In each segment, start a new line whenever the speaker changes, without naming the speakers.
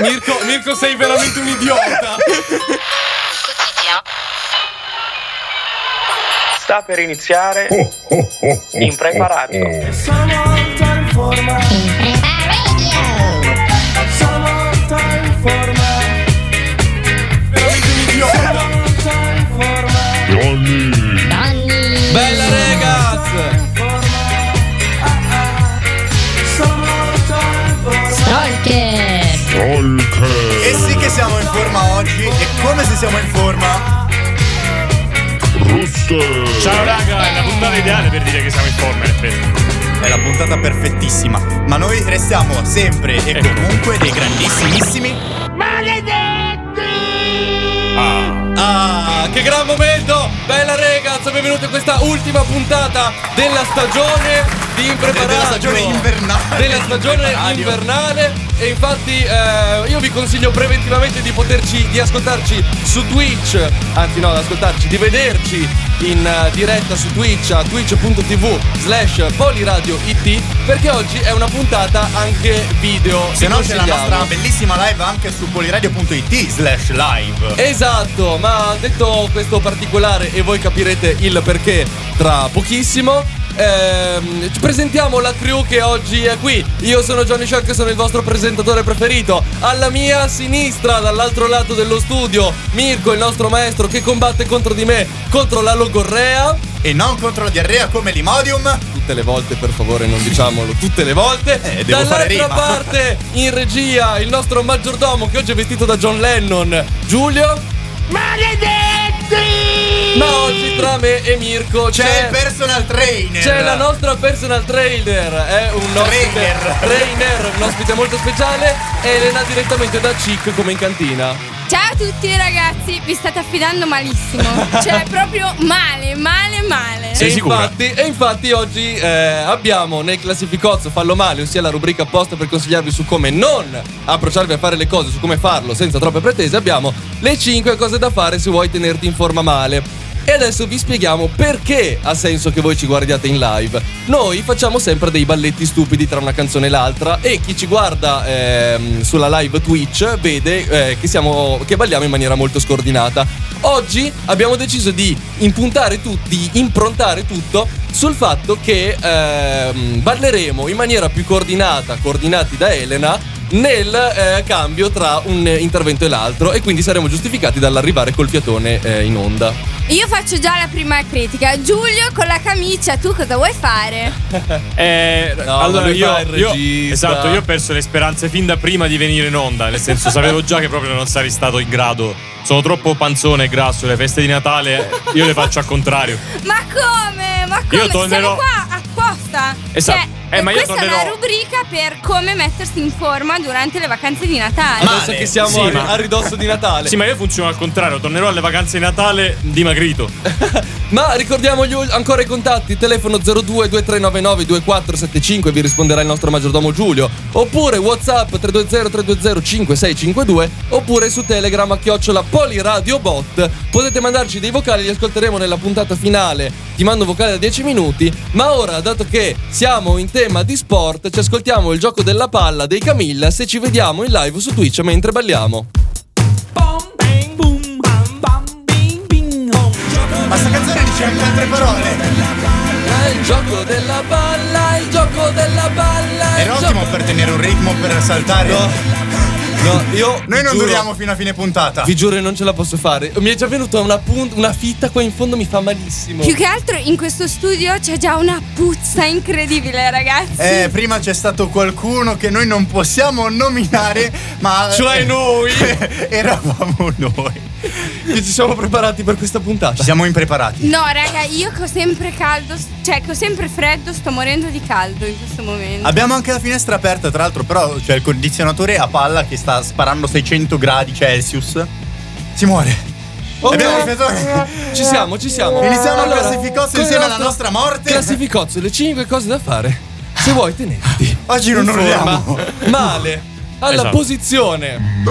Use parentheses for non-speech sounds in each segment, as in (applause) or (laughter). Mirko, Mirko, sei veramente un idiota.
Sta per iniziare Impreparato.
Veramente un idiota. Bella ragazza.
Stalker.
E sì che siamo in forma oggi e come se siamo in forma?
Ciao raga, è la puntata ideale per dire che siamo in forma in effetti.
È la puntata perfettissima, ma noi restiamo sempre e
Ecco.
comunque dei grandissimissimi.
Ah, che gran momento! Bella ragazza, benvenuti a questa ultima puntata della stagione di
de-
Impreparato.
della stagione invernale.
della stagione
Radio.
invernale e infatti eh, io vi consiglio preventivamente di poterci di ascoltarci su Twitch anzi no di ascoltarci di vederci in eh, diretta su Twitch a twitch.tv slash poliradioit perché oggi è una puntata anche video
Se
vi
no c'è la
consigliamo.
nostra bellissima live anche su poliradio.it slash live.
Esatto, ma detto questo particolare e voi capirete il perché tra pochissimo. ehm, ci presentiamo la crew che oggi è qui. Io sono Johnny Shark, sono il vostro presentatore preferito. Alla mia sinistra, dall'altro lato dello studio, Mirko, il nostro maestro che combatte contro di me, contro la logorrea.
E non contro la diarrea come l'imodium.
Tutte le volte, per favore, non diciamolo tutte le volte.
Eh, devo
Dall'altra
fare rima.
parte, in regia, il nostro maggiordomo che oggi è vestito da John Lennon, Giulio. Ma oggi tra me e Mirko
C'è,
c'è,
il personal trainer.
c'è la nostra personal trainer, è un ospite
Trainer.
trainer, un ospite molto speciale, Elena direttamente da Cic come in cantina.
Ciao a tutti ragazzi, vi state affidando malissimo. Cioè, proprio male, male, male.
Sì. Sei
Eh, e,
sicura?
infatti, e infatti oggi eh, abbiamo nel classificozzo Fallo Male, ossia la rubrica apposta per consigliarvi su come non approcciarvi a fare le cose, su come farlo senza troppe pretese, abbiamo le 5 cose da fare se vuoi tenerti in forma male. E adesso vi spieghiamo perché ha senso che voi ci guardiate in live. Noi facciamo sempre dei balletti stupidi tra una canzone e l'altra e chi ci guarda ehm, sulla live Twitch vede eh, che, siamo, che balliamo in maniera molto scordinata. Oggi abbiamo deciso di impuntare tutti, di improntare tutto sul fatto che ehm, balleremo in maniera più coordinata, coordinati da Elena, nel eh, cambio tra un eh, intervento e l'altro e quindi saremo giustificati dall'arrivare col fiatone eh, in onda.
Io faccio già la prima critica. Giulio con la camicia, tu cosa vuoi fare?
Eh,
No, ma
allora
lui
io,
fa il
io-
regista.
Esatto, io ho perso le speranze fin da prima di venire in onda. Nel senso, sapevo già che proprio non sarei stato in grado. Sono troppo panzone e grasso. Le feste di Natale io le faccio al contrario.
Ma come? Ma come?
Io tornerò-
Siamo qua apposta.
Esatto.
Cioè,
Eh, ma io
questa è
tornerò-
una rubrica per come mettersi in forma durante le vacanze di Natale.
Ma-
Adesso
Male,
che siamo
sì,
a,
ma-
a ridosso di Natale.
Sì, ma io funziono al contrario. Tornerò alle vacanze di Natale dimagrito.
Ma ricordiamo gli ul- ancora i contatti, telefono 02 2399 2475, vi risponderà il nostro maggiordomo Giulio, oppure Whatsapp 320 320 5652, oppure su Telegram a chiocciola Poliradiobot. Potete mandarci dei vocali, li ascolteremo nella puntata finale, ti mando un vocale da 10 minuti, ma ora, dato che siamo in tema di sport, ci ascoltiamo il gioco della palla dei Camilla se ci vediamo in live su Twitch mentre balliamo.
Ma sta canzone dice anche altre parole.
È il gioco della palla, è il gioco della palla, è il
Era
gioco-
ottimo per tenere un ritmo per saltare.
Eh, No, no, io.
Noi
vi
non
giuro,
duriamo fino a fine puntata.
Vi giuro, che non ce la posso fare. Mi è già venuta una, pun- una fitta qua in fondo, mi fa malissimo.
Più che altro in questo studio c'è già una puzza incredibile, ragazzi.
Eh, prima c'è stato qualcuno che noi non possiamo nominare, ma. eh, (laughs)
Cioè noi.
Eravamo noi.
Che ci siamo preparati per questa puntata.
Ci siamo impreparati.
No, raga, io che ho sempre caldo, cioè che ho sempre freddo, sto morendo di caldo in questo momento.
Abbiamo anche la finestra aperta, tra l'altro, però c'è il condizionatore a palla che sta sparando 600 gradi Celsius. Si muore.
Ok,
Abbiamo il fiatone.
Ci siamo, ci siamo.
Iniziamo il
Allora,
classificozzo
con il
insieme alla
nostro
nostra morte.
Classificozzo, le 5 cose da fare. Se vuoi tenerti.
(laughs) Oggi non
in forma
urliamo.
Male. Alla
Esatto.
posizione.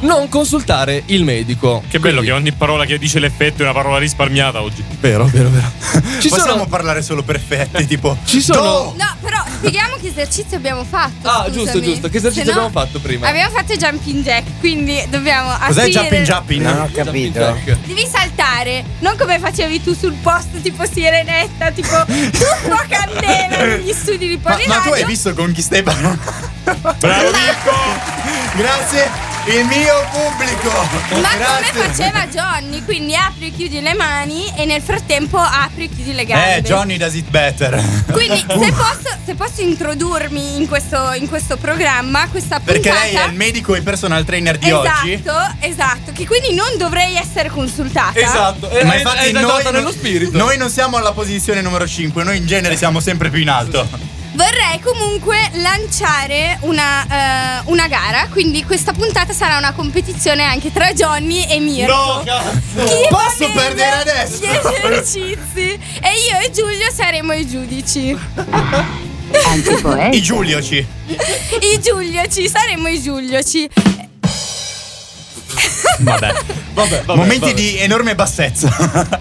Non consultare il medico.
Che bello che ogni parola che dice l'effetto è una parola risparmiata oggi.
Vero, vero, vero. Ci
Possiamo
sono
parlare solo perfetti, tipo.
Ci sono-
"Do,
No, però spieghiamo che esercizio abbiamo fatto.
Ah, giusto,
scusami.
giusto. Che esercizio
Se no-
abbiamo fatto prima?
Abbiamo fatto jumping jack, quindi dobbiamo
Cos'è
aprire.
Jumping Jumping?
Non ho
Jumping
capito.
jack.
Devi saltare, non come facevi tu sul posto tipo sirenetta, tipo tuffo candela
(laughs)
negli studi di
Ma,
Poli
ma tu hai
Radio.
visto con chi
(laughs)
stai parlando?
Bravo Mirko!
Grazie il mio pubblico.
Ma
Grazie. Eh,
come faceva Johnny, quindi apri e chiudi le mani e nel frattempo apri e chiudi le gambe.
Eh, Johnny does it better.
Quindi
(laughs)
se posso, se posso introdurmi in questo, in questo programma, questa
Perché
puntata...
lei è il medico e personal trainer di
Esatto,
oggi.
esatto, che quindi non dovrei essere consultata.
Esatto. eh,
Ma
è-
infatti
è
noi,
esaltata nello spirito.
noi non siamo alla posizione numero 5, noi in genere siamo sempre più in alto.
Vorrei comunque lanciare una, eh, una gara, quindi questa puntata sarà una competizione anche tra Johnny e Mirko. Chi fa
Posso
bene
perdere adesso?
Gli esercizi. E io e Giulio saremo i giudici.
(laughs) I Giulioci.
I Giulioci, saremo i Giulioci.
Momenti di enorme bassezza.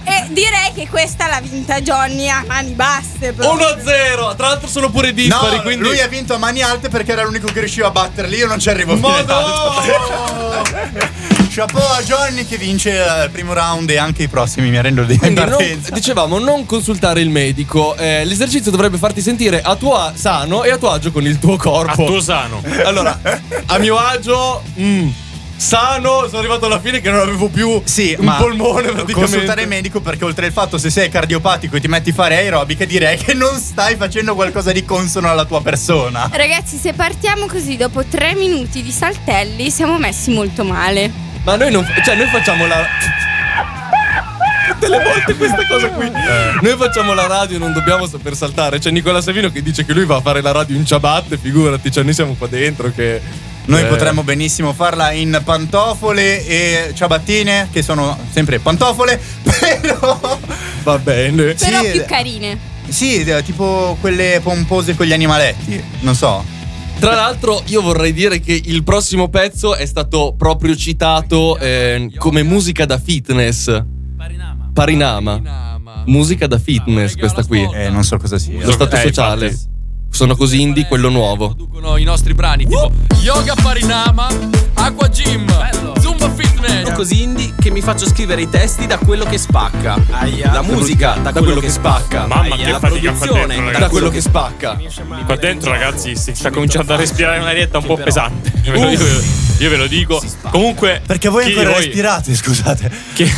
E direi che questa l'ha vinta Johnny a mani basse. proprio.
1-0. Tra l'altro sono pure dispari,
No,
quindi
lui ha vinto a mani alte perché era l'unico che riusciva a batterli. Io non ci arrivo fino in
Madonna!
alto. (laughs) Chapeau a Johnny che vince eh, il primo round e anche i prossimi, mi arrendo di in
Quindi non-
partenza.
dicevamo non consultare il medico. Eh, l'esercizio dovrebbe farti sentire a tuo a- sano e a tuo agio con il tuo
A
corpo.
tuo sano.
Allora, a mio agio, mm, sano, sono arrivato alla fine che non avevo più
Sì,
un
ma
polmone praticamente.
consultare il medico perché oltre al fatto se sei cardiopatico e ti metti a fare aerobica direi che non stai facendo qualcosa di consono alla tua persona.
Ragazzi, se partiamo così dopo tre minuti di saltelli, siamo messi molto male.
Ma noi non. Cioè, noi facciamo la. Tutte le volte questa cosa qui. Noi facciamo la radio e non dobbiamo saper saltare. C'è Nicola Savino che dice che lui va a fare la radio in ciabatte, figurati, cioè noi siamo qua dentro che.
Noi
eh,
potremmo benissimo farla in pantofole e ciabattine che sono sempre pantofole, (laughs) però
Va bene.
Però
Sì.
più carine.
sì, eh, tipo quelle pompose con gli animaletti, non so.
Tra l'altro, io vorrei dire che il prossimo pezzo è stato proprio citato eh, come musica da fitness. Parinama. Musica da fitness, questa qui.
Eh, non so cosa sia.
Lo stato
Eh,
sociale.
infatti.
Sono così indie, quello nuovo. Uh!
Producono i nostri brani tipo Yoga Parinama, Aqua Gym, Zumba
Eh,
Fitness. Sono così indie che mi faccio scrivere i testi da quello che spacca. La musica da, quello che spacca.
Mamma, che
la
fatica qua
produzione
dentro,
da
ragazzi.
quello che spacca.
Eh.
Qua dentro, ragazzi, si sta cominciando a respirare un'arietta un po'
Però-
pesante. Io ve lo, io- io ve lo dico. Comunque,
Perché voi
chi di
ancora
voi-
respirate, scusate.
chi-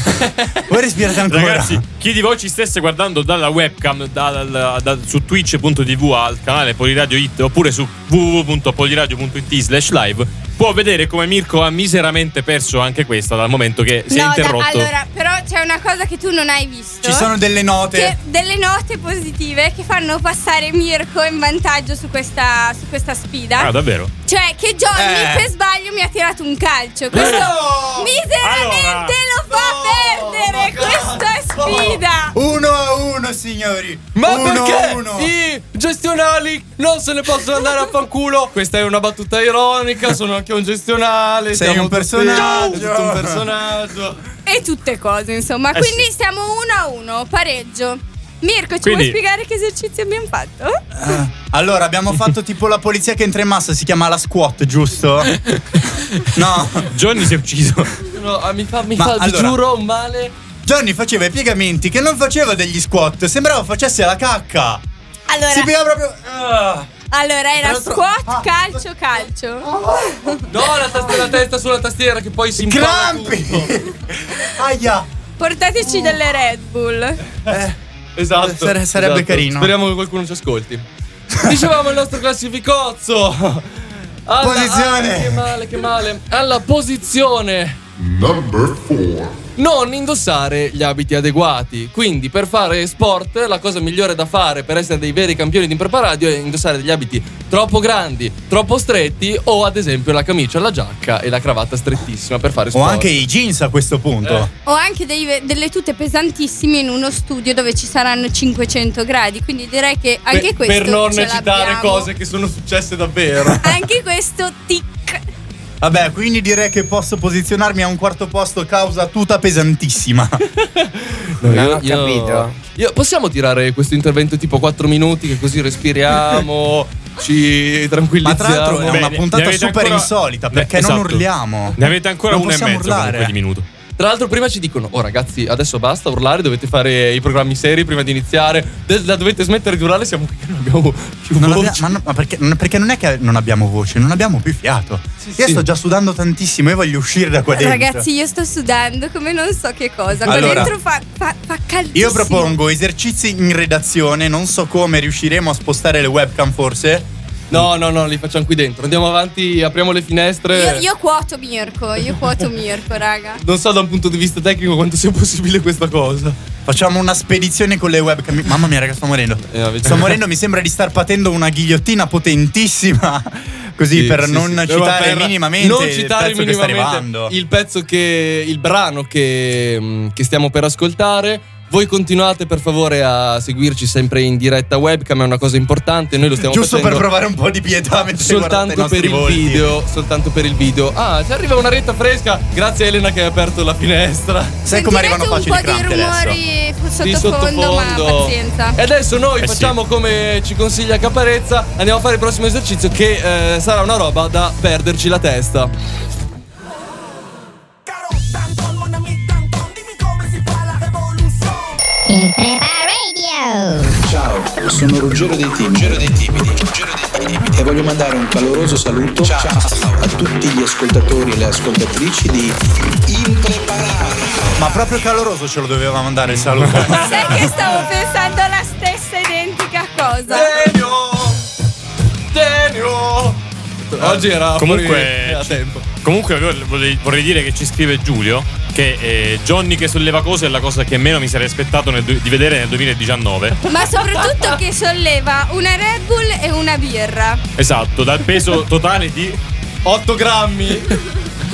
Voi respirate ancora.
Ragazzi, chi di voi ci stesse guardando dalla webcam dal- dal- dal- su twitch.tv al canale Poliradio It oppure su www.poliradio.it slash live può vedere come Mirko ha miseramente perso anche questa dal momento che si è
no, da-
interrotto.
allora, però c'è una cosa che tu non hai visto.
Ci sono delle note.
che- delle note positive che fanno passare Mirko in vantaggio su questa, su questa sfida.
Ah, davvero?
Cioè, che Johnny
Eh.
per sbaglio mi ha tirato un calcio.
Eh!
Questo
No!
miseramente lo
No,
fa
ma
perdere questa
cazzo!
sfida.
Uno a uno, signori.
Ma
uno
perché
A uno.
i gestionali non se ne possono andare a fanculo? Questa è una battuta ironica, sono anche un gestionale.
Sei
siamo tutti-
un personaggio.
Sei tutto un personaggio.
E tutte cose, insomma.
Eh
Quindi
sì.
siamo uno a uno, pareggio. Mirko, ci
Quindi-
vuoi spiegare che esercizi abbiamo fatto?
Allora, abbiamo fatto tipo la polizia che entra in massa, si chiama la squat, giusto? No.
Johnny si è ucciso.
No, ah, mi fa, mi
Ma
fa, vi
allora-
giuro, un male.
Johnny faceva i piegamenti che non faceva degli squat, sembrava facesse la cacca.
Allora,
Si piega proprio. Ah.
allora era
l'altro-
squat,
Ah.
calcio, calcio.
No, la, tast- la testa sulla tastiera che poi si impala tutto.
Crampi! (laughs) Aia!
Portateci delle Red Bull.
Esatto.
Eh, Sare- sarebbe
esatto.
carino.
Speriamo che qualcuno ci ascolti. Dicevamo il nostro classificozzo. Alla-
Posizione.
ah, che male, che male. Alla posizione. Non indossare gli abiti adeguati. Quindi, per fare sport, la cosa migliore da fare per essere dei veri campioni di impreparadio è indossare degli abiti troppo grandi, troppo stretti, o ad esempio la camicia, la giacca e la cravatta strettissima per fare
O
sport.
anche i jeans a questo punto.
Eh.
Ho anche dei- delle tute pesantissime in uno studio dove ci saranno 500 gradi, quindi direi che anche
Per-
questo
per non
ce
citare
l'abbiamo.
cose che sono successe davvero.
Anche questo tic.
Vabbè, quindi direi che posso (laughs) posizionarmi a un quarto posto causa tuta pesantissima.
Non ho capito.
Io- possiamo tirare questo intervento tipo 4 minuti che così
(laughs)
respiriamo, ci
Ma tra l'altro è
tranquillizziamo.
una
Bene, ne
puntata
avete
super
ancora-
insolita
ne-
perché
esatto.
non urliamo.
Ne avete ancora
Non
uno e
possiamo
mezzo comunque
urlare.
di minuto.
Tra l'altro prima ci dicono "Oh ragazzi, adesso basta urlare, dovete fare i programmi seri prima di iniziare. de- la dovete smettere di urlare, siamo qui che non abbiamo più
Non
voce".
abbia- ma, no- ma perché, non- perché non è che non abbiamo voce, non abbiamo più fiato. io
sì.
sto già sudando tantissimo, io voglio uscire da qua dentro.
Ragazzi, io sto sudando come non so che cosa. Qua
Allora,
dentro fa, fa, fa caldissimo.
Io propongo esercizi in redazione, non so come riusciremo a spostare le webcam forse.
No, no, no, li facciamo qui dentro. Andiamo avanti, apriamo le finestre.
Io, io cuoto Mirko, io cuoto Mirko, raga.
Non so da un punto di vista tecnico quanto sia possibile questa cosa.
Facciamo una spedizione con le webcam. Mamma mia, raga, sto morendo.
Eh, vabbè.
Sto morendo, mi sembra di star patendo una ghigliottina potentissima. (laughs) Così
Sì,
per
sì,
non
sì.
citare
Per
minimamente
non citare
il
minimamente
pezzo che sta arrivando.
il pezzo che il brano che, mh, che stiamo per ascoltare voi continuate per favore a seguirci sempre in diretta webcam è una cosa importante noi lo stiamo
Giusto per
facendo
provare un po' di pietà mentre guardate i
soltanto
nostri
per il
volti.
video soltanto per il video ah ci arriva una retta fresca grazie a Elena che ha aperto la finestra
Sai
Sentirete
come arrivano facili
un
i
po' di
crampi
rumori
adesso?
Di
sottofondo, ma
(laughs)
pazienza.
E adesso noi
Eh sì.
facciamo come ci consiglia Caparezza, andiamo a fare il prossimo esercizio che eh, sarà una roba da perderci la testa.
Imprepara Radio.
Ciao, sono Ruggero dei Timidi. dei Timidi. E voglio mandare un caloroso saluto a tutti gli ascoltatori e le ascoltatrici di Impreparati.
Ma proprio caloroso ce lo doveva mandare
(laughs)
il saluto.
Sai che stavo pensando la stessa identica cosa.
Genio! Genio! Oggi era fuori-
Comunque,
era tempo.
comunque io vorrei, vorrei dire che ci scrive Giulio che eh, Johnny che solleva cose è la cosa che meno mi sarei aspettato nel du- di vedere nel 2019.
Ma soprattutto che solleva una Red Bull e una birra.
Esatto, dal peso
(laughs)
totale di
8 (laughs) grammi.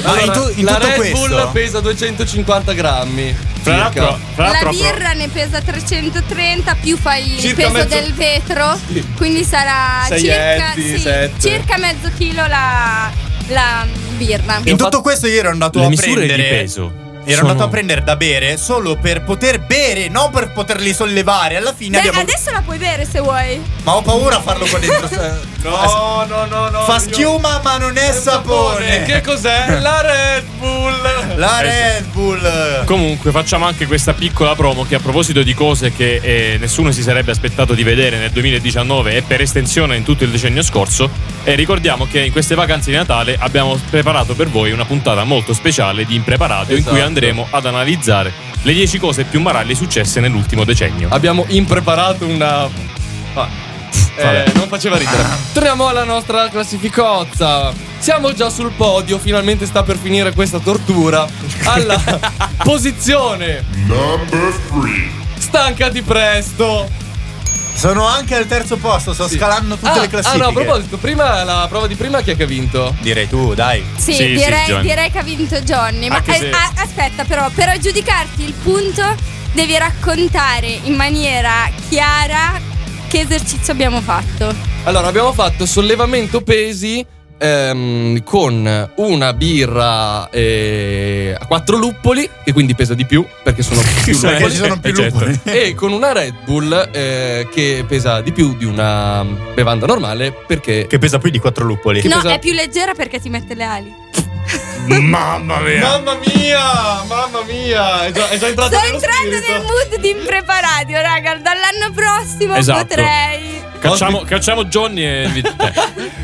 Ma in tu- in
la
tutto
Red
questo-
Bull pesa 250 grammi.
Fra
circa.
l'altro, fra
La
l'altro
birra ne pesa 330 più fai il
Circa
peso
mezzo-
del vetro,
Sì.
quindi sarà
Sei
circa,
etti,
sì,
sette.
circa mezzo chilo la, la birra.
In tutto questo io ero andato
le
a
misure
prendere
di peso
Ero
sono-
andato a prendere da bere solo per poter bere, non per poterli sollevare. Alla fine
Beh,
abbiamo.
adesso la puoi bere se vuoi.
Ma ho paura a farlo qua
(laughs)
dentro.
Eh, No, no, no, no.
Fa
io-
schiuma, ma non è sapone.
Che Eh, cos'è? La Red Bull.
La
Esatto.
Red Bull.
Comunque facciamo anche questa piccola promo che a proposito di cose che eh, nessuno si sarebbe aspettato di vedere nel 2019 e per estensione in tutto il decennio scorso, e ricordiamo che in queste vacanze di Natale abbiamo preparato per voi una puntata molto speciale di Impreparato in
Esatto.
cui andremo ad analizzare le 10 cose più maralli successe nell'ultimo decennio.
Abbiamo impreparato una. Ah, eh,
Vabbè.
non faceva ridere.
Ah.
Torniamo alla nostra classificozza. Siamo già sul podio, finalmente sta per finire questa tortura.
(laughs)
Alla posizione. Number 3. Stancati presto.
Sono anche al terzo posto, sto scalando tutte
Ah,
le classifiche.
Ah, no, a proposito, prima la prova di prima chi è che ha vinto?
Direi tu, dai.
Eh,
Sì,
Sì, sì,
direi,
Johnny.
direi che ha vinto Johnny. Ma
Anche
eh,
se-
a- aspetta, però, per aggiudicarti il punto, devi raccontare in maniera chiara che esercizio abbiamo fatto.
Allora, abbiamo fatto sollevamento pesi ehm, con una birra eh, a quattro luppoli, che quindi pesa di più, perché
(laughs)
sono più
Sì,
luppoli.
Perché ci sono più
(laughs) certo.
lupoli.
e con una Red Bull eh, che pesa di più di una bevanda normale perché
Che pesa più di quattro luppoli.
no,
pesa-
è più leggera perché ti mette le ali.
Mamma mia!
Mamma mia, mamma mia, è già, è già entrato
Sto
nello
entrando
spirito.
nel mood di impreparati, oh, raga. Dall'anno prossimo
Esatto.
potrei.
Cacciamo, cacciamo Johnny e... eh,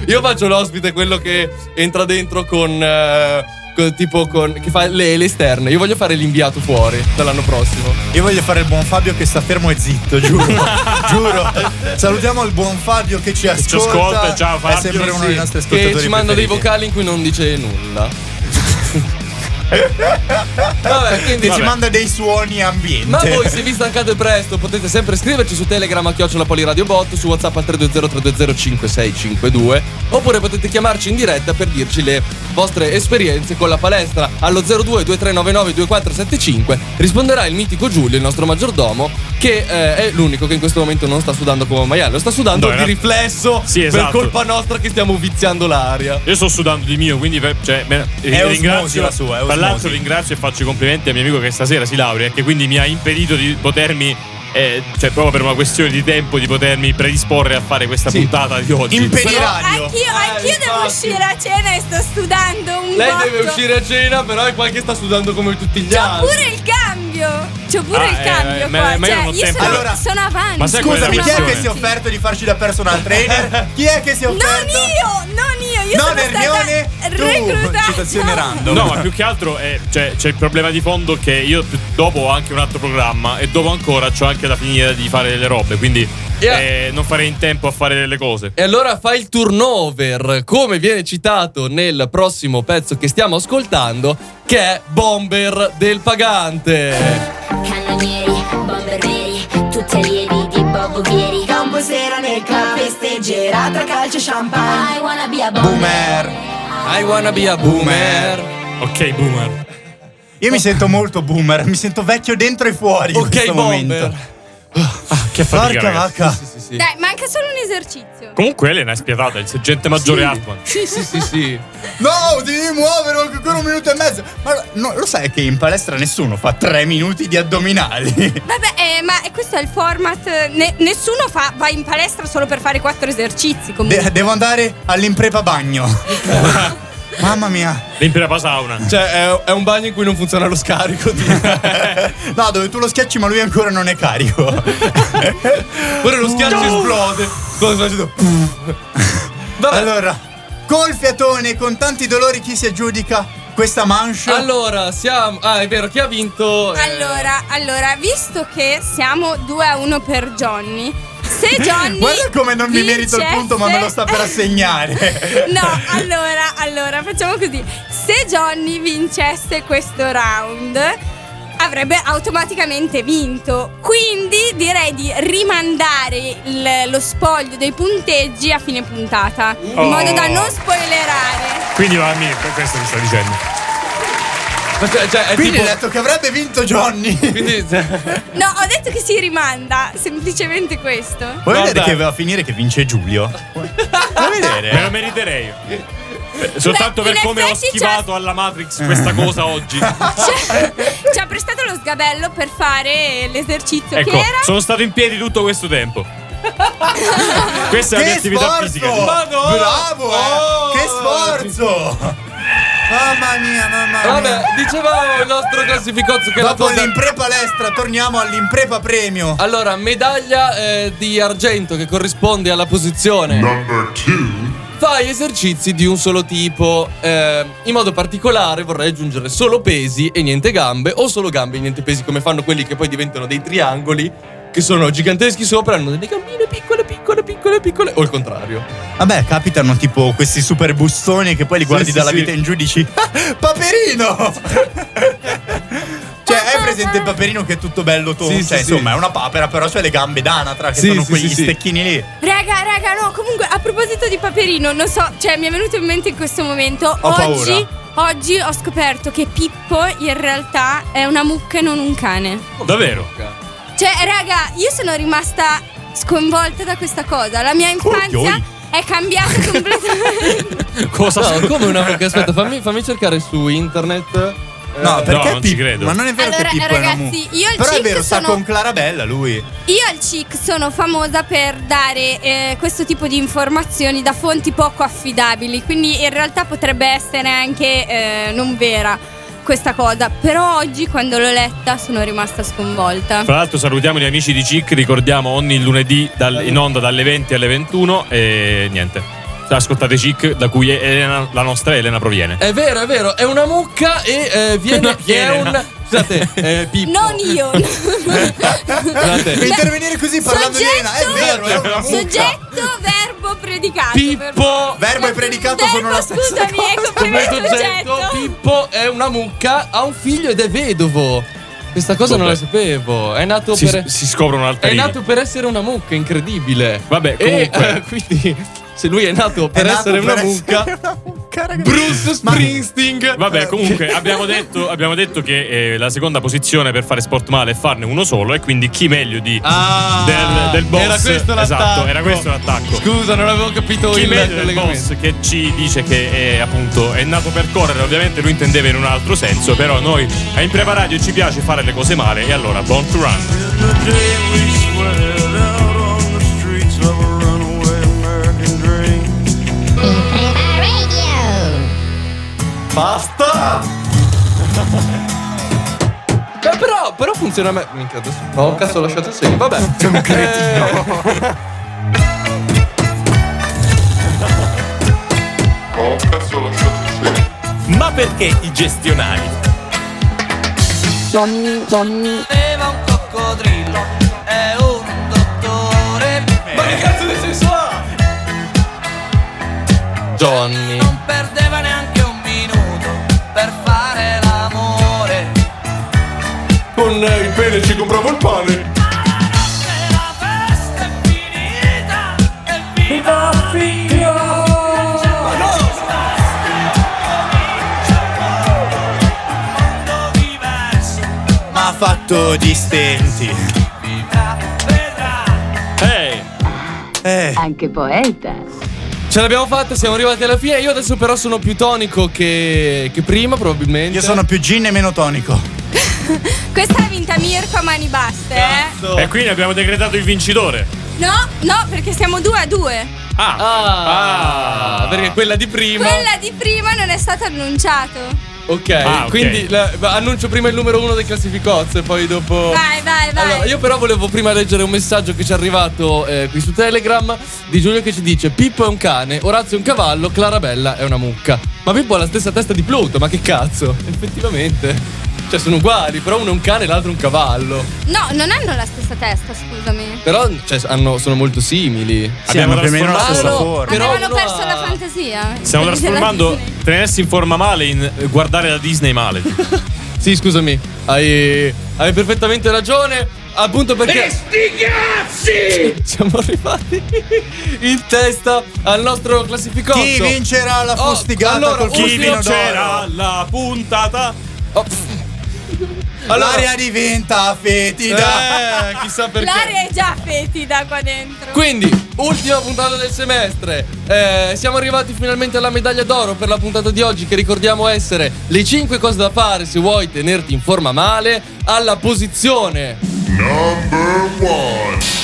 Io faccio l'ospite, quello che entra dentro con eh, con- tipo con che fa le, le esterne. Io voglio fare l'inviato fuori dall'anno prossimo.
Io voglio fare il buon Fabio che sta fermo e
(laughs)
zitto, giuro. giuro. Salutiamo il buon Fabio che ci ascolta.
ascolta, ciao Fabio,
È sempre uno
sì.
dei nostri ascoltatori.
Che ci manda dei
preferiti.
vocali in cui non dice
(laughs)
nulla. Vabbè, quindi
Che ci
Vabbè.
manda dei suoni ambiente.
Ma voi
(laughs)
se vi stancate presto potete sempre scriverci su Telegram a chiocciola Poliradiobot, su WhatsApp al 320-320-5652 oppure potete chiamarci in diretta per dirci le vostre esperienze con la palestra allo 02-2399-2475 risponderà il mitico Giulio, il nostro maggiordomo che eh, è l'unico che in questo momento non sta sudando come un maiale, lo sta sudando
No,
di
era-
riflesso
Sì,
per
esatto.
colpa nostra che stiamo viziando l'aria
Io sto sudando di mio, quindi per- cioè, me-
osmosi
ringrazio
la sua, è
Tra
osmosi.
l'altro ringrazio e faccio i complimenti al mio amico che stasera si laurea e che quindi mi ha impedito di potermi eh, cioè proprio per una questione di tempo, di potermi predisporre a fare questa
Sì.
puntata di oggi.
Impedirario.
Anch'io, anch'io devo
infatti.
uscire a cena e sto studando un
Lei
botto.
deve uscire a cena, però è qua che sta sudando come tutti gli
C'ho
altri.
pure il cambio. C'ho pure
Ah,
il
eh,
cambio
ma-
qua.
ma io
cioè,
non ho
io
tempo.
sono,
Allora,
sono avanti.
ma sai
sono
quella
Scusami, chi è
missione?
che si è offerto di farci da
(laughs)
personal trainer? Chi è che si è
Non
offerto?
io, non io, io
Non
sono
Ernione,
stata
tu,
reclutata.
citazione random.
No, ma più che altro è- cioè, c'è il problema di fondo che io t- dopo ho anche un altro programma e dopo ancora ho anche da finire di fare delle robe, quindi
Yeah.
eh, non farei in tempo a fare delle cose.
E allora fa il turnover, come viene citato nel prossimo pezzo che stiamo ascoltando, che è Bomber del Pagante.
Cannonieri, bomber veri, tutti allievi di Bobo Vieri. Campo sera nel club, festeggerà tra calcio e champagne. I wanna be a bomber.
Boomer.
I wanna be a boomer.
Ok, boomer.
Io mi sento molto boomer, mi sento vecchio dentro e fuori in
Ok,
questo
Bomber.
momento.
Che fatica,
Ah, Porca
ragazzi.
vacca.
Sì, sì.
Dai, manca solo un esercizio.
Comunque Elena è spietata, il sergente maggiore
Sì.
Hartman.
Sì, sì, sì, sì.
No, ti devi muovere ho ancora un minuto e mezzo. Ma no, lo sai che in palestra nessuno fa tre minuti di addominali?
Vabbè, eh, ma questo è il format. Ne- nessuno fa, va in palestra solo per fare quattro esercizi. Comunque.
De- devo andare all'imprepa bagno. Mamma
(laughs)
mia.
L'impresa sauna.
Cioè, è, è un bagno in cui non funziona lo scarico. (laughs)
No, dove tu lo schiacci ma lui ancora non è carico.
Pure lo schiaccio esplode. Cosa facendo? Vabbè.
Allora, col fiatone e con tanti dolori chi si aggiudica questa manche?
Allora, siamo. Ah, è vero, chi ha vinto? Eh,
(laughs) Allora, allora, visto che siamo 2 a 1 per Johnny,
(laughs)
se Johnny.
Guarda come non mi merito il punto, ma me lo sta per
(laughs) vincesse-
assegnare.
(laughs) No, allora, allora, facciamo così. Se Johnny vincesse questo round, avrebbe automaticamente vinto. Quindi direi di rimandare il- lo spoglio dei punteggi a fine puntata, in modo
Oh.
da non spoilerare.
Quindi va a me, per questo mi sta dicendo.
ma Cioè, cioè, è
Quindi ho
tipo.
detto che avrebbe vinto Johnny.
Quindi, (laughs) cioè,
No, ho detto che si rimanda, semplicemente questo.
Vuoi
Guarda.
vedere che va a finire che vince Giulio? Vuoi
Me lo
vedere?
meriterei. Eh, Soltanto
Beh,
per
in
come ho
effetti c'è-
schivato alla Matrix questa cosa
(laughs)
oggi.
Cioè, ci ha prestato lo sgabello per fare l'esercizio
Ecco,
che era.
sono stato in piedi tutto questo
(laughs)
tempo. Questa è la mia
Che
attività
sforzo!
fisica.
Madonna!
Bravo, eh!
Oh!
Che sforzo! Mamma mia, mamma mia.
vabbè, diceva il nostro classificozzo che la
Dopo
cosa.
l'imprepa palestra torniamo all'imprepa premio.
Allora, medaglia eh, di argento che corrisponde alla posizione. Fai esercizi di un solo tipo. eh, in modo particolare vorrei aggiungere solo pesi e niente gambe, o solo gambe e niente pesi, come fanno quelli che poi diventano dei triangoli, che sono giganteschi sopra, hanno delle gambine piccole, piccole, piccole, piccole, o il contrario.
Vabbè, capitano tipo questi super bustoni che poi li guardi
sì,
dalla
sì.
vita in giù e dici "Ah,
(laughs)
Paperino! cioè, hai presente il paperino che è tutto bello tondo?
Sì,
cioè,
sì, sì.
insomma, è una papera, però c'è le gambe d'anatra che
Sì,
sono
sì, sì,
quegli
Eh, sì.
stecchini lì.
Raga, raga, no, comunque a proposito di Paperino, non so, cioè mi è venuto in mente in questo momento, oggi, oggi ho scoperto che Pippo in realtà è una mucca e non un cane.
Davvero?
Cioè, raga, io sono rimasta sconvolta da questa cosa, la mia infanzia
Coglioni.
è cambiata completamente.
Cosa no, come una mucca? Aspetta, fammi, fammi cercare su internet. eh,
No, perché
non
Pippo-
ci credo.
Ma non è vero
Allora,
che Pippo è una mu-
ragazzi, io il
Però è
Cic
vero, sta
sono-
con Clarabella lui.
Io al CIC sono famosa per dare eh, questo tipo di informazioni da fonti poco affidabili, quindi in realtà potrebbe essere anche eh, non vera questa cosa, però oggi quando l'ho letta sono rimasta sconvolta.
(laughs) Fra l'altro salutiamo gli amici di CIC, ricordiamo ogni lunedì dal- in onda dalle 20 alle 21 e niente. Ascoltate CIC da cui Elena- la nostra Elena proviene.
È vero, è vero, è una mucca e eh, viene.
Una
è
piena.
un. Scusate, eh, Pippo.
Non
(laughs)
io,
Scusate.
Intervenire così parlando di Elena, è vero, è una mucca.
soggetto, verbo, predicato.
Pippo.
Verbo e predicato
Verbo,
sono la stessa
scusami, ecco, è
cosa.
Come
complemento
soggetto,
oggetto.
Pippo è una mucca, ha un figlio ed è vedovo. Questa cosa non la
Vabbè.
sapevo. È nato
Si,
per.
si scopre un'altra
È
linea.
nato per essere una mucca, incredibile.
Vabbè,
E,
comunque.
eh, quindi. se lui è nato per
È nato
essere
per
una
essere
mucca,
(laughs)
una mucca, raga.
Bruce
Ma-
Springsteen.
Vabbè, comunque abbiamo detto, abbiamo detto che eh, la seconda posizione per fare sport male è farne uno solo e quindi chi meglio di
Ah,
del, del boss
Era questo l'attacco.
Esatto, era questo l'attacco.
Scusa, non avevo capito
Chi
il
meglio del
collegamento.
boss che ci dice che è appunto è nato per correre, ovviamente lui intendeva in un altro senso, però noi a Impreparati ci piace fare le cose male e allora Born to Run.
Impresa Radio.
Basta!
Beh, Eh, però, però funziona me. Minchia, adesso. No, cazzo, ho lasciato il segno.
(laughs)
Vabbè. Sei un cretino.
Ma perché i gestionali?
Aveva un coccodrillo è un dottore
Ma che cazzo di senso ha? Johnny.
non perdeva neanche un minuto per fare l'amore
Con il pene ci compravo il pane.
se la festa è finita e viva
Ma ha fatto di stenti.
Ehi!
Eh.
Anche poeta.
Ce l'abbiamo fatta, siamo arrivati alla fine. Io adesso, però, sono più tonico che, che prima, probabilmente.
Io sono più gin e meno tonico.
Questa l'ha vinta Mirko a mani basse, eh?
Ecco.
E quindi abbiamo decretato il vincitore.
No, no, perché siamo due a due.
Ah!
Ah,
Ah.
perché quella di prima.
Quella di prima non è stato annunciato.
Ok,
Ah, ok.
quindi la- annuncio prima il numero uno del classificozzo e poi dopo.
Vai, vai, vai.
Oh. Allora, io però volevo prima leggere un messaggio che ci è arrivato eh, qui su Telegram di Giulio che ci dice Pippo è un cane, Orazio è un cavallo, Clarabella è una mucca. Ma Pippo ha la stessa testa di Pluto, ma che cazzo? (laughs) Effettivamente. Cioè sono uguali, però uno è un cane e l'altro è un cavallo.
No, non hanno la stessa testa, scusami.
Però cioè, hanno- sono molto simili.
Abbiamo
Abbiamo più o meno la
trasformato-
stessa
Ah, no.
forma.
Però
Avevano
uno
perso
ha-
la fantasia. (laughs)
Stiamo
Della
trasformando
Disney.
tenersi in forma male in eh, guardare la Disney male.
Sì, scusami, hai, hai perfettamente ragione. Appunto perché. (laughs) Siamo arrivati in testa al nostro classificotto.
Chi vincerà la
Oh,
fustigata
allora,
col
chi
Chi
fustino d'oro?
vincerà la puntata?
Oh, pff. Allora-
L'aria diventa fetida.
Eh, chissà perché.
L'aria è già fetida qua dentro.
Quindi, ultima puntata del semestre. Eh, siamo arrivati finalmente alla medaglia d'oro per la puntata di oggi, che ricordiamo essere le 5 cose da fare se vuoi tenerti in forma male. Alla posizione. Number one.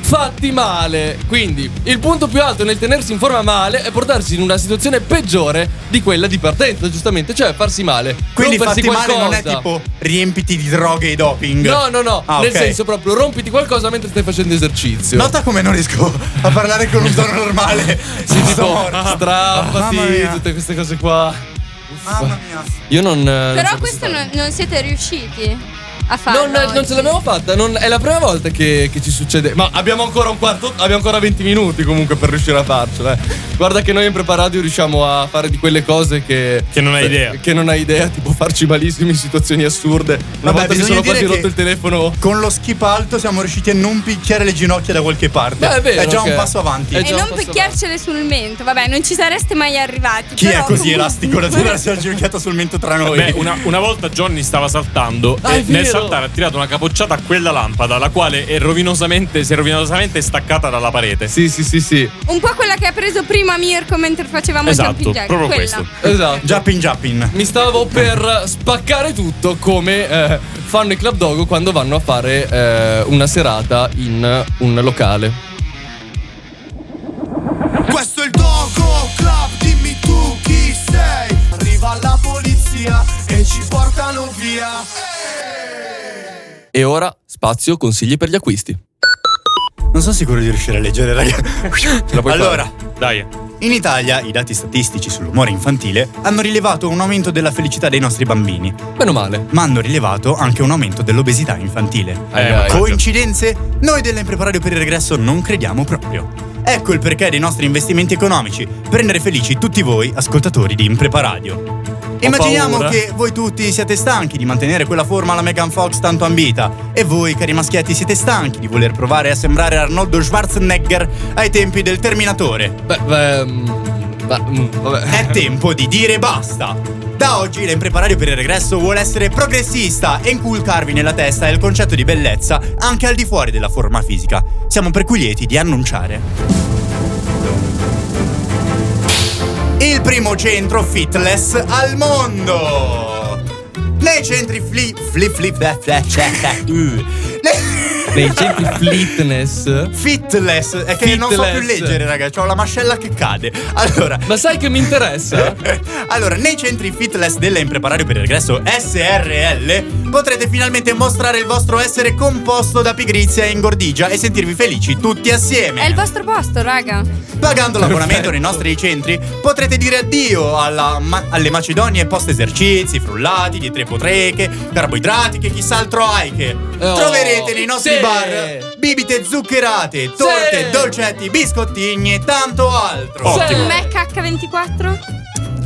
Fatti male. Quindi, il punto più alto nel tenersi in forma male è portarsi in una situazione peggiore di quella di partenza, giustamente, cioè farsi male.
Quindi
rompersi
fatti male non è
qualcosa.
tipo riempiti di droghe e doping.
No, no, no.
Ah,
Nel
ok.
senso proprio rompiti qualcosa mentre stai facendo esercizio.
Nota come non riesco a parlare con un tono normale.
(laughs) Sì, tipo "Ah,
Sorry.
strappati,
Mamma mia.
tutte queste cose qua.
Mamma mia.
Io non. eh, non so
Però questo
cosa
non, non siete riusciti a farlo.
Non, non ce l'abbiamo fatta, non- è la prima volta che, che ci succede. Ma abbiamo ancora un quarto, abbiamo ancora 20 minuti comunque per riuscire a farcela. eh. Guarda che noi in preparadio riusciamo a fare di quelle cose che. eh,
Che non hai idea.
Che non hai idea, tipo farci malissimo in situazioni assurde. Una
Vabbè,
volta mi
bisogna
sono
dire
quasi
che-
rotto il telefono.
Con lo skip alto siamo riusciti a non picchiare le ginocchia da qualche parte.
Beh, è vero
già
che-
un passo avanti.
è
E
già un
non
passo
picchiarcele sul mento. Vabbè, non ci sareste mai arrivati.
Chi
però
è così
(laughs)
comunque-
elastico da tirarsi la ginocchiata sul mento tra noi?
Beh, una, una volta Johnny stava saltando
Ah, è
e nel
vero.
saltare ha tirato una capocciata a quella lampada, la quale è rovinosamente, si è rovinosamente staccata dalla parete.
Sì, sì, sì, sì.
Un po' quella che ha preso prima Mirko mentre facevamo
Esatto,
il jumping jack.
proprio
quella.
questo.
Esatto.
Jumping jumping.
Mi stavo per spaccare tutto come eh, fanno i Club Dogo quando vanno a fare eh, una serata in un locale.
Questo è il Dogo Club, dimmi tu chi sei. Arriva la polizia e ci portano via.
E ora spazio consigli per gli acquisti.
Non sono sicuro di riuscire a leggere,
(laughs)
raga.
la puoi
allora,
Dai.
in Italia i dati statistici sull'umore infantile hanno rilevato un aumento della felicità dei nostri bambini,
Meno male.
ma hanno rilevato anche un aumento dell'obesità infantile.
Eh,
ma-
Coincidenze? Noi dell'impreparario per il regresso non crediamo proprio. Ecco il perché dei nostri investimenti economici, per rendere felici tutti voi, ascoltatori di Impreparadio. Immaginiamo
paura.
che voi tutti siete stanchi di mantenere quella forma alla Megan Fox tanto ambita. E voi, cari maschietti, siete stanchi di voler provare a sembrare Arnoldo Schwarzenegger ai tempi del Terminatore.
Beh, beh, mm, ma, mm, vabbè.
È tempo di dire basta! Da oggi l'impreparario per il regresso vuole essere progressista e inculcarvi nella testa il concetto di bellezza anche al di fuori della forma fisica. Siamo per cui lieti di annunciare. Il primo centro fitless al mondo! Nei centri fli... fli... fli... fli... fli... fli... uh. Nei-
Nei centri fitness.
Fitless, è che non so più
Fitless.
leggere, raga, ho la mascella che cade. Allora,
Ma sai che mi interessa?
(laughs) allora, nei centri fitness della Impreparario per il Regresso SRL potrete finalmente mostrare il vostro essere composto da pigrizia e ingordigia e sentirvi felici tutti
È il
assieme.
vostro posto, raga.
Pagando l'abbonamento nei nostri centri potrete dire addio alla ma- alle macedonie post esercizi, frullati, dietre potreche, carboidrati che chissà altro hai che.
Oh,
Troverete nei nostri
sì.
bar bibite zuccherate, torte,
Sì.
dolcetti, biscottini e tanto altro.
Sì. Ottimo.
Mac H24?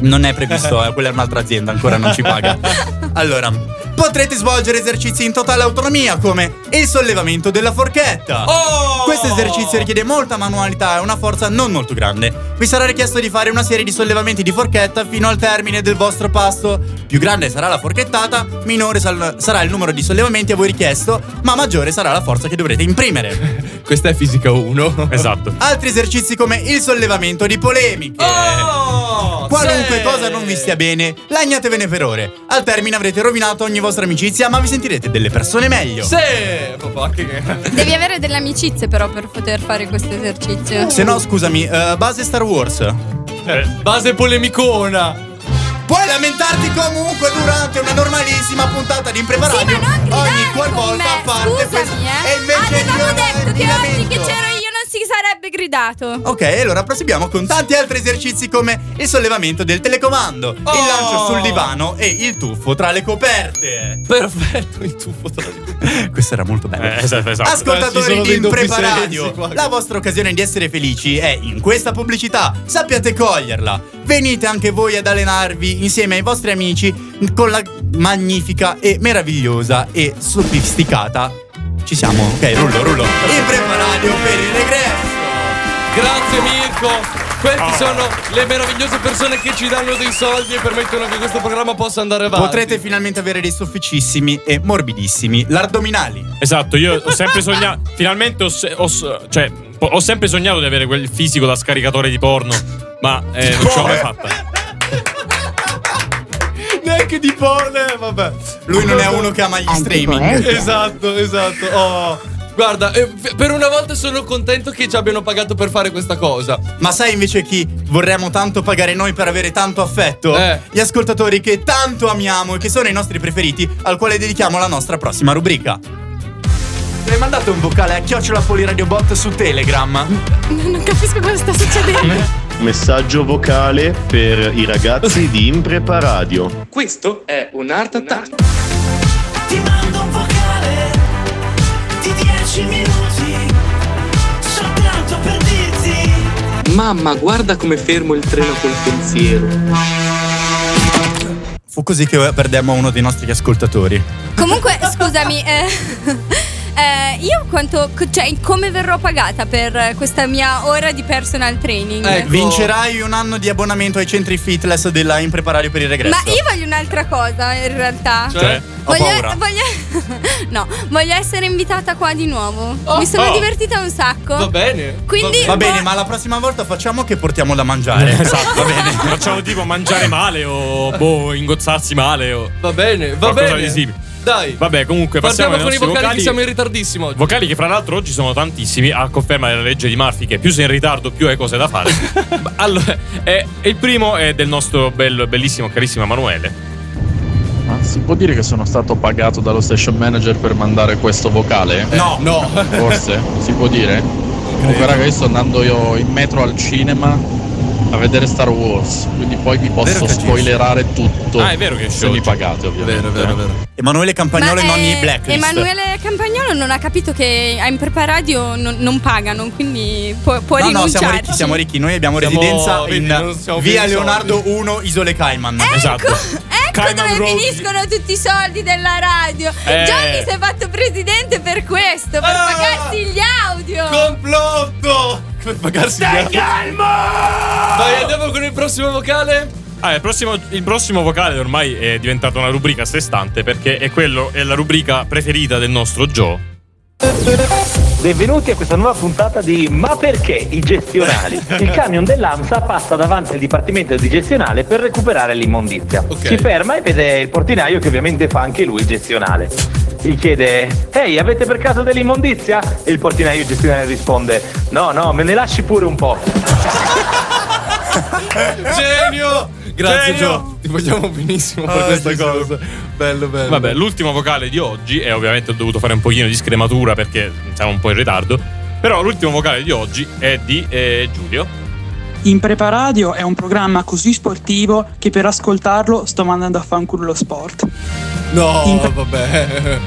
Non è previsto, eh, quella è un'altra azienda, ancora non
(laughs)
ci paga.
Eh.
Allora, potrete svolgere esercizi in totale autonomia come il sollevamento della forchetta.
Oh!
Questo esercizio richiede molta manualità e una forza non molto grande. Vi sarà richiesto di fare una serie di sollevamenti di forchetta fino al termine del vostro pasto. Più grande sarà la forchettata, minore sal- sarà il numero di sollevamenti a voi richiesto, ma maggiore sarà la forza che dovrete imprimere.
Questa è fisica 1.
Esatto.
Altri esercizi come il sollevamento di polemiche.
Oh!
Eh, Qualunque cosa non vi stia bene, lagnatevene per ore. Al termine avrete rovinato ogni vostra amicizia, ma vi sentirete delle persone meglio.
Sì, papà, che
Devi avere delle amicizie però per poter fare questo esercizio.
Se no, scusami, eh, base Star Wars.
Eh, Base polemicona.
Puoi lamentarti comunque durante una normalissima puntata di impreparato.
Sì, ma non gridare
ogni
con
qualvolta
me.
a parte questa-
Scusami, eh.
E invece
Avevamo
io
detto
mi
che oggi
lamento.
che c'ero io non si sarebbe gridato.
Ok, allora proseguiamo con tanti altri esercizi come il sollevamento del telecomando,
Oh!
il lancio sul divano e il tuffo tra le coperte.
Perfetto, il tuffo tra
(laughs) Questo era molto bello.
Eh, esatto, esatto.
Ci sono
Ascoltatori di
dei doppi
Impreparadio,
sensi qua.
la vostra occasione di essere felici è in questa pubblicità. Sappiate coglierla. Venite anche voi ad allenarvi insieme ai vostri amici con la magnifica e meravigliosa e sofisticata. Ci siamo, ok, rullo, rullo. Impreparadio per il regresso.
Grazie Mirko. Queste sono le meravigliose persone che ci danno dei soldi e permettono che questo programma possa andare avanti.
Potrete finalmente avere dei sofficissimi e morbidissimi l'ardominali.
Esatto, io ho sempre sognato. Finalmente ho, se- ho s- cioè, po- ho sempre sognato di avere quel fisico da scaricatore di porno, ma eh, non ce l'ho mai fatta.
Neanche di porno, eh, vabbè.
Lui non è uno che ama gli
eh?
(laughs)
streaming.
Esatto, esatto. Oh. Guarda, eh, f- per una volta sono contento che ci abbiano pagato per fare questa cosa.
Ma sai invece chi vorremmo tanto pagare noi per avere tanto affetto?
Eh.
Gli ascoltatori che tanto amiamo e che sono i nostri preferiti, al quale dedichiamo la nostra prossima rubrica. Mi mandate un vocale a Chiocciola Poliradiobot su Telegram.
(laughs) Non capisco cosa sta succedendo.
Messaggio vocale per i ragazzi di Impreparadio.
Questo è un art attack.
Ti mando un vocale di 10 minuti soltanto per dirti
Mamma, guarda come fermo il treno col pensiero.
Fu così che perdemmo uno dei nostri ascoltatori.
(laughs) Comunque, scusami, eh, (laughs) eh, io quanto. cioè, come verrò pagata per questa mia ora di personal training?
Eh,
Ecco.
Vincerai un anno di abbonamento ai centri fitness della Impreparario per il regresso.
Ma io voglio un'altra cosa, in realtà.
Cioè?
(laughs)
Ho
Voglio,
paura.
voglio- no, voglio essere invitata qua di nuovo. Mi sono
oh.
divertita un sacco.
Va bene.
Quindi- boh,
Va bene, ma la prossima volta facciamo che portiamo da mangiare.
(laughs)
(laughs)
Esatto, va bene. Facciamo tipo mangiare male o boh, ingozzarsi male o.
Va bene, va
Qualcosa
bene.
di simile.
Dai.
Vabbè, comunque
Partiamo
passiamo ai
con i
nostri
vocali,
vocali.
che siamo in ritardissimo oggi.
Vocali che fra l'altro oggi sono tantissimi, a conferma della legge di Murphy che più sei in ritardo più hai cose da fare. Ma allora, eh, il primo è del nostro bel- bellissimo, carissimo Emanuele.
Ma Ah, si può dire che sono stato pagato dallo station manager per mandare questo vocale?
No, no.
(laughs)
Forse si può dire? Comunque raga io sto andando io in metro al cinema a vedere Star Wars, quindi poi vi posso
che ci-
spoilerare
Oh,
tutto.
Ah, è vero che esce
se mi
oggi.
pagate, ovviamente.
Vero, vero,
eh.
vero. Emanuele Campagnolo e
Ma,
nonni
eh,
Blacklist.
Emanuele Campagnolo non ha capito che a Imprepa Radio non, non pagano, quindi può, può
No, no,
rinunciarci.
siamo ricchi, siamo ricchi. Noi abbiamo
Siamo-
residenza
vedi,
in
non siamo
via
pieni di
Leonardo 1, Isole Cayman.
Eh?
Esatto.
Ecco
Cayman
dove
Road.
finiscono tutti i soldi della radio.
Eh. Ah.
Johnny si è fatto presidente per questo, per pagarsi gli audio.
Complotto! Per
pagarsi gli
Stai
altri.
calmo! Vai, andiamo con il (laughs) prossimo vocale.
Ah, il prossimo, il prossimo vocale ormai è diventato una rubrica a sé stante perché è quello, è la rubrica preferita del nostro Joe.
Benvenuti a questa nuova puntata di Ma perché i gestionali? Il camion dell'AMSA passa davanti al dipartimento di gestionale per recuperare l'immondizia. Si ferma e vede il portinaio che ovviamente fa anche lui il gestionale. Gli chiede, ehi avete per caso dell'immondizia? E il portinaio gestionale risponde, no no me ne lasci pure un po'.
Genio! Grazie, Gio. Ti vogliamo benissimo per
Ah,
questa
ci
cosa. Bello, bello.
Vabbè, l'ultimo vocale di oggi, e ovviamente ho dovuto fare un pochino di scrematura perché siamo un po' in ritardo, però l'ultimo vocale di oggi è di eh, Giulio.
In Preparadio è un programma così sportivo che per ascoltarlo sto mandando a fanculo lo sport.
(laughs)
No, vabbè.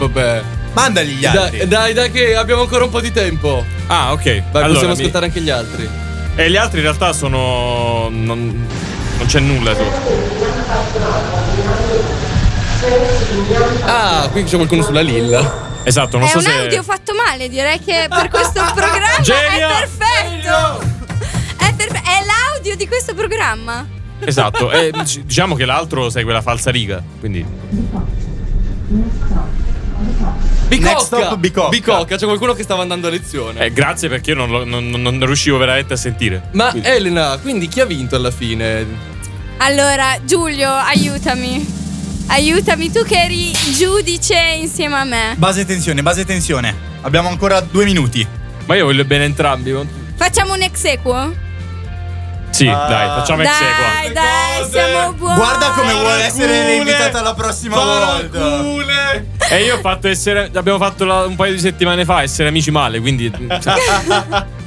(laughs) Vabbè.
Mandali gli
altri. Dai, dai, dai, che abbiamo ancora un po' di tempo.
Ah, ok. Vai,
possiamo ascoltare anche gli altri.
E gli altri in realtà sono. non, non c'è nulla su.
Ah, qui c'è qualcuno sulla Lilla.
Esatto,
È un audio fatto male, direi che per questo programma
Genio!
è perfetto. È, perfe- è l'audio di questo programma.
Esatto, e (laughs) dic- diciamo che l'altro segue la falsa riga. Quindi.
Bicocca!
Next stop, Bicocca.
c'è qualcuno che stava andando a lezione.
Eh, grazie perché io non, lo- non- non- non riuscivo veramente a sentire.
Ma Elena, quindi chi ha vinto alla fine?
Allora, Giulio, aiutami. Aiutami, tu che eri giudice insieme a me.
Base tensione, base tensione. Abbiamo ancora due minuti.
Mm,
Ma io voglio bene entrambi.
Facciamo un ex equo?
Sì, dai, facciamo ex
Dai,
equo.
dai, siamo buoni.
Guarda come vuole essere
Paracule,
reinvitata alla prossima volta.
E io ho fatto essere. Abbiamo fatto la- un paio di settimane fa essere amici male, quindi. (laughs)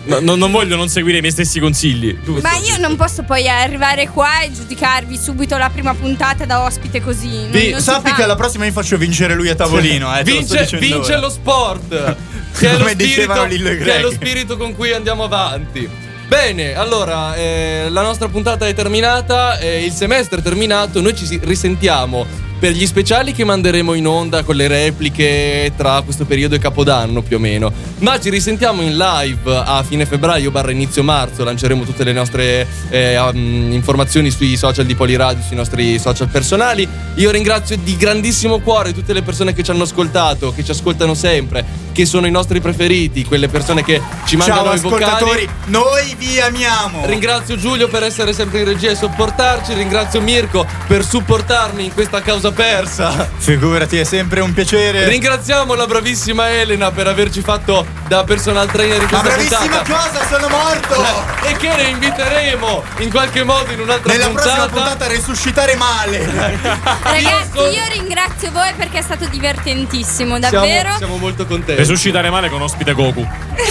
No, no, non voglio non seguire i miei stessi consigli.
(laughs) Ma io non posso poi arrivare qua e giudicarvi subito la prima puntata da ospite così. Non,
Vi-
non si
sappi
fa.
che alla prossima io faccio vincere lui a tavolino. Eh, te lo sto
vince,
dicendo
vince
ora.
lo
(laughs)
sport. Che è lo,
Come dicevano
spirito,
Lillo e
che è lo
Greg.
spirito con cui andiamo avanti. Bene, allora, eh, la nostra puntata è terminata, eh, il semestre è terminato, noi ci si- risentiamo per gli speciali che manderemo in onda con le repliche tra questo periodo e Capodanno più o meno. Ma ci risentiamo in live a fine febbraio barra inizio marzo, lanceremo tutte le nostre eh, um, informazioni sui social di Poliradio, sui nostri social personali. Io ringrazio di grandissimo cuore tutte le persone che ci hanno ascoltato, che ci ascoltano sempre, che sono i nostri preferiti, quelle persone che ci mandano
Ciao
i vocali.
ascoltatori, noi vi amiamo.
Ringrazio Giulio per essere sempre in regia e sopportarci, ringrazio Mirko per supportarmi in questa causa persa.
(laughs) Figurati, è sempre un piacere.
Ringraziamo la bravissima Elena per averci fatto da personal trainer in
Ma
questa
bravissima
puntata.
cosa, sono morto!
(laughs) E che ne inviteremo in qualche modo in un'altra
Nella
puntata.
prossima puntata resuscitare male.
Ragazzi, io ringrazio voi perché è stato divertentissimo, davvero.
molto contenti.
Resuscitare male con ospite Goku.
(laughs)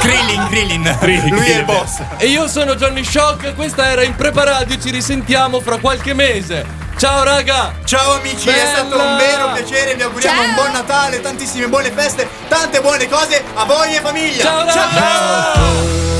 Krillin, Krillin.
Lui
è il boss. E io sono Johnny Shock, questa era Impreparadio, ci risentiamo fra qualche mese. Ciao raga!
Ciao amici, è stato un vero piacere, vi auguriamo un buon Natale, tantissime buone feste, tante buone cose a voi e famiglia.
Ciao, ciao.
ciao.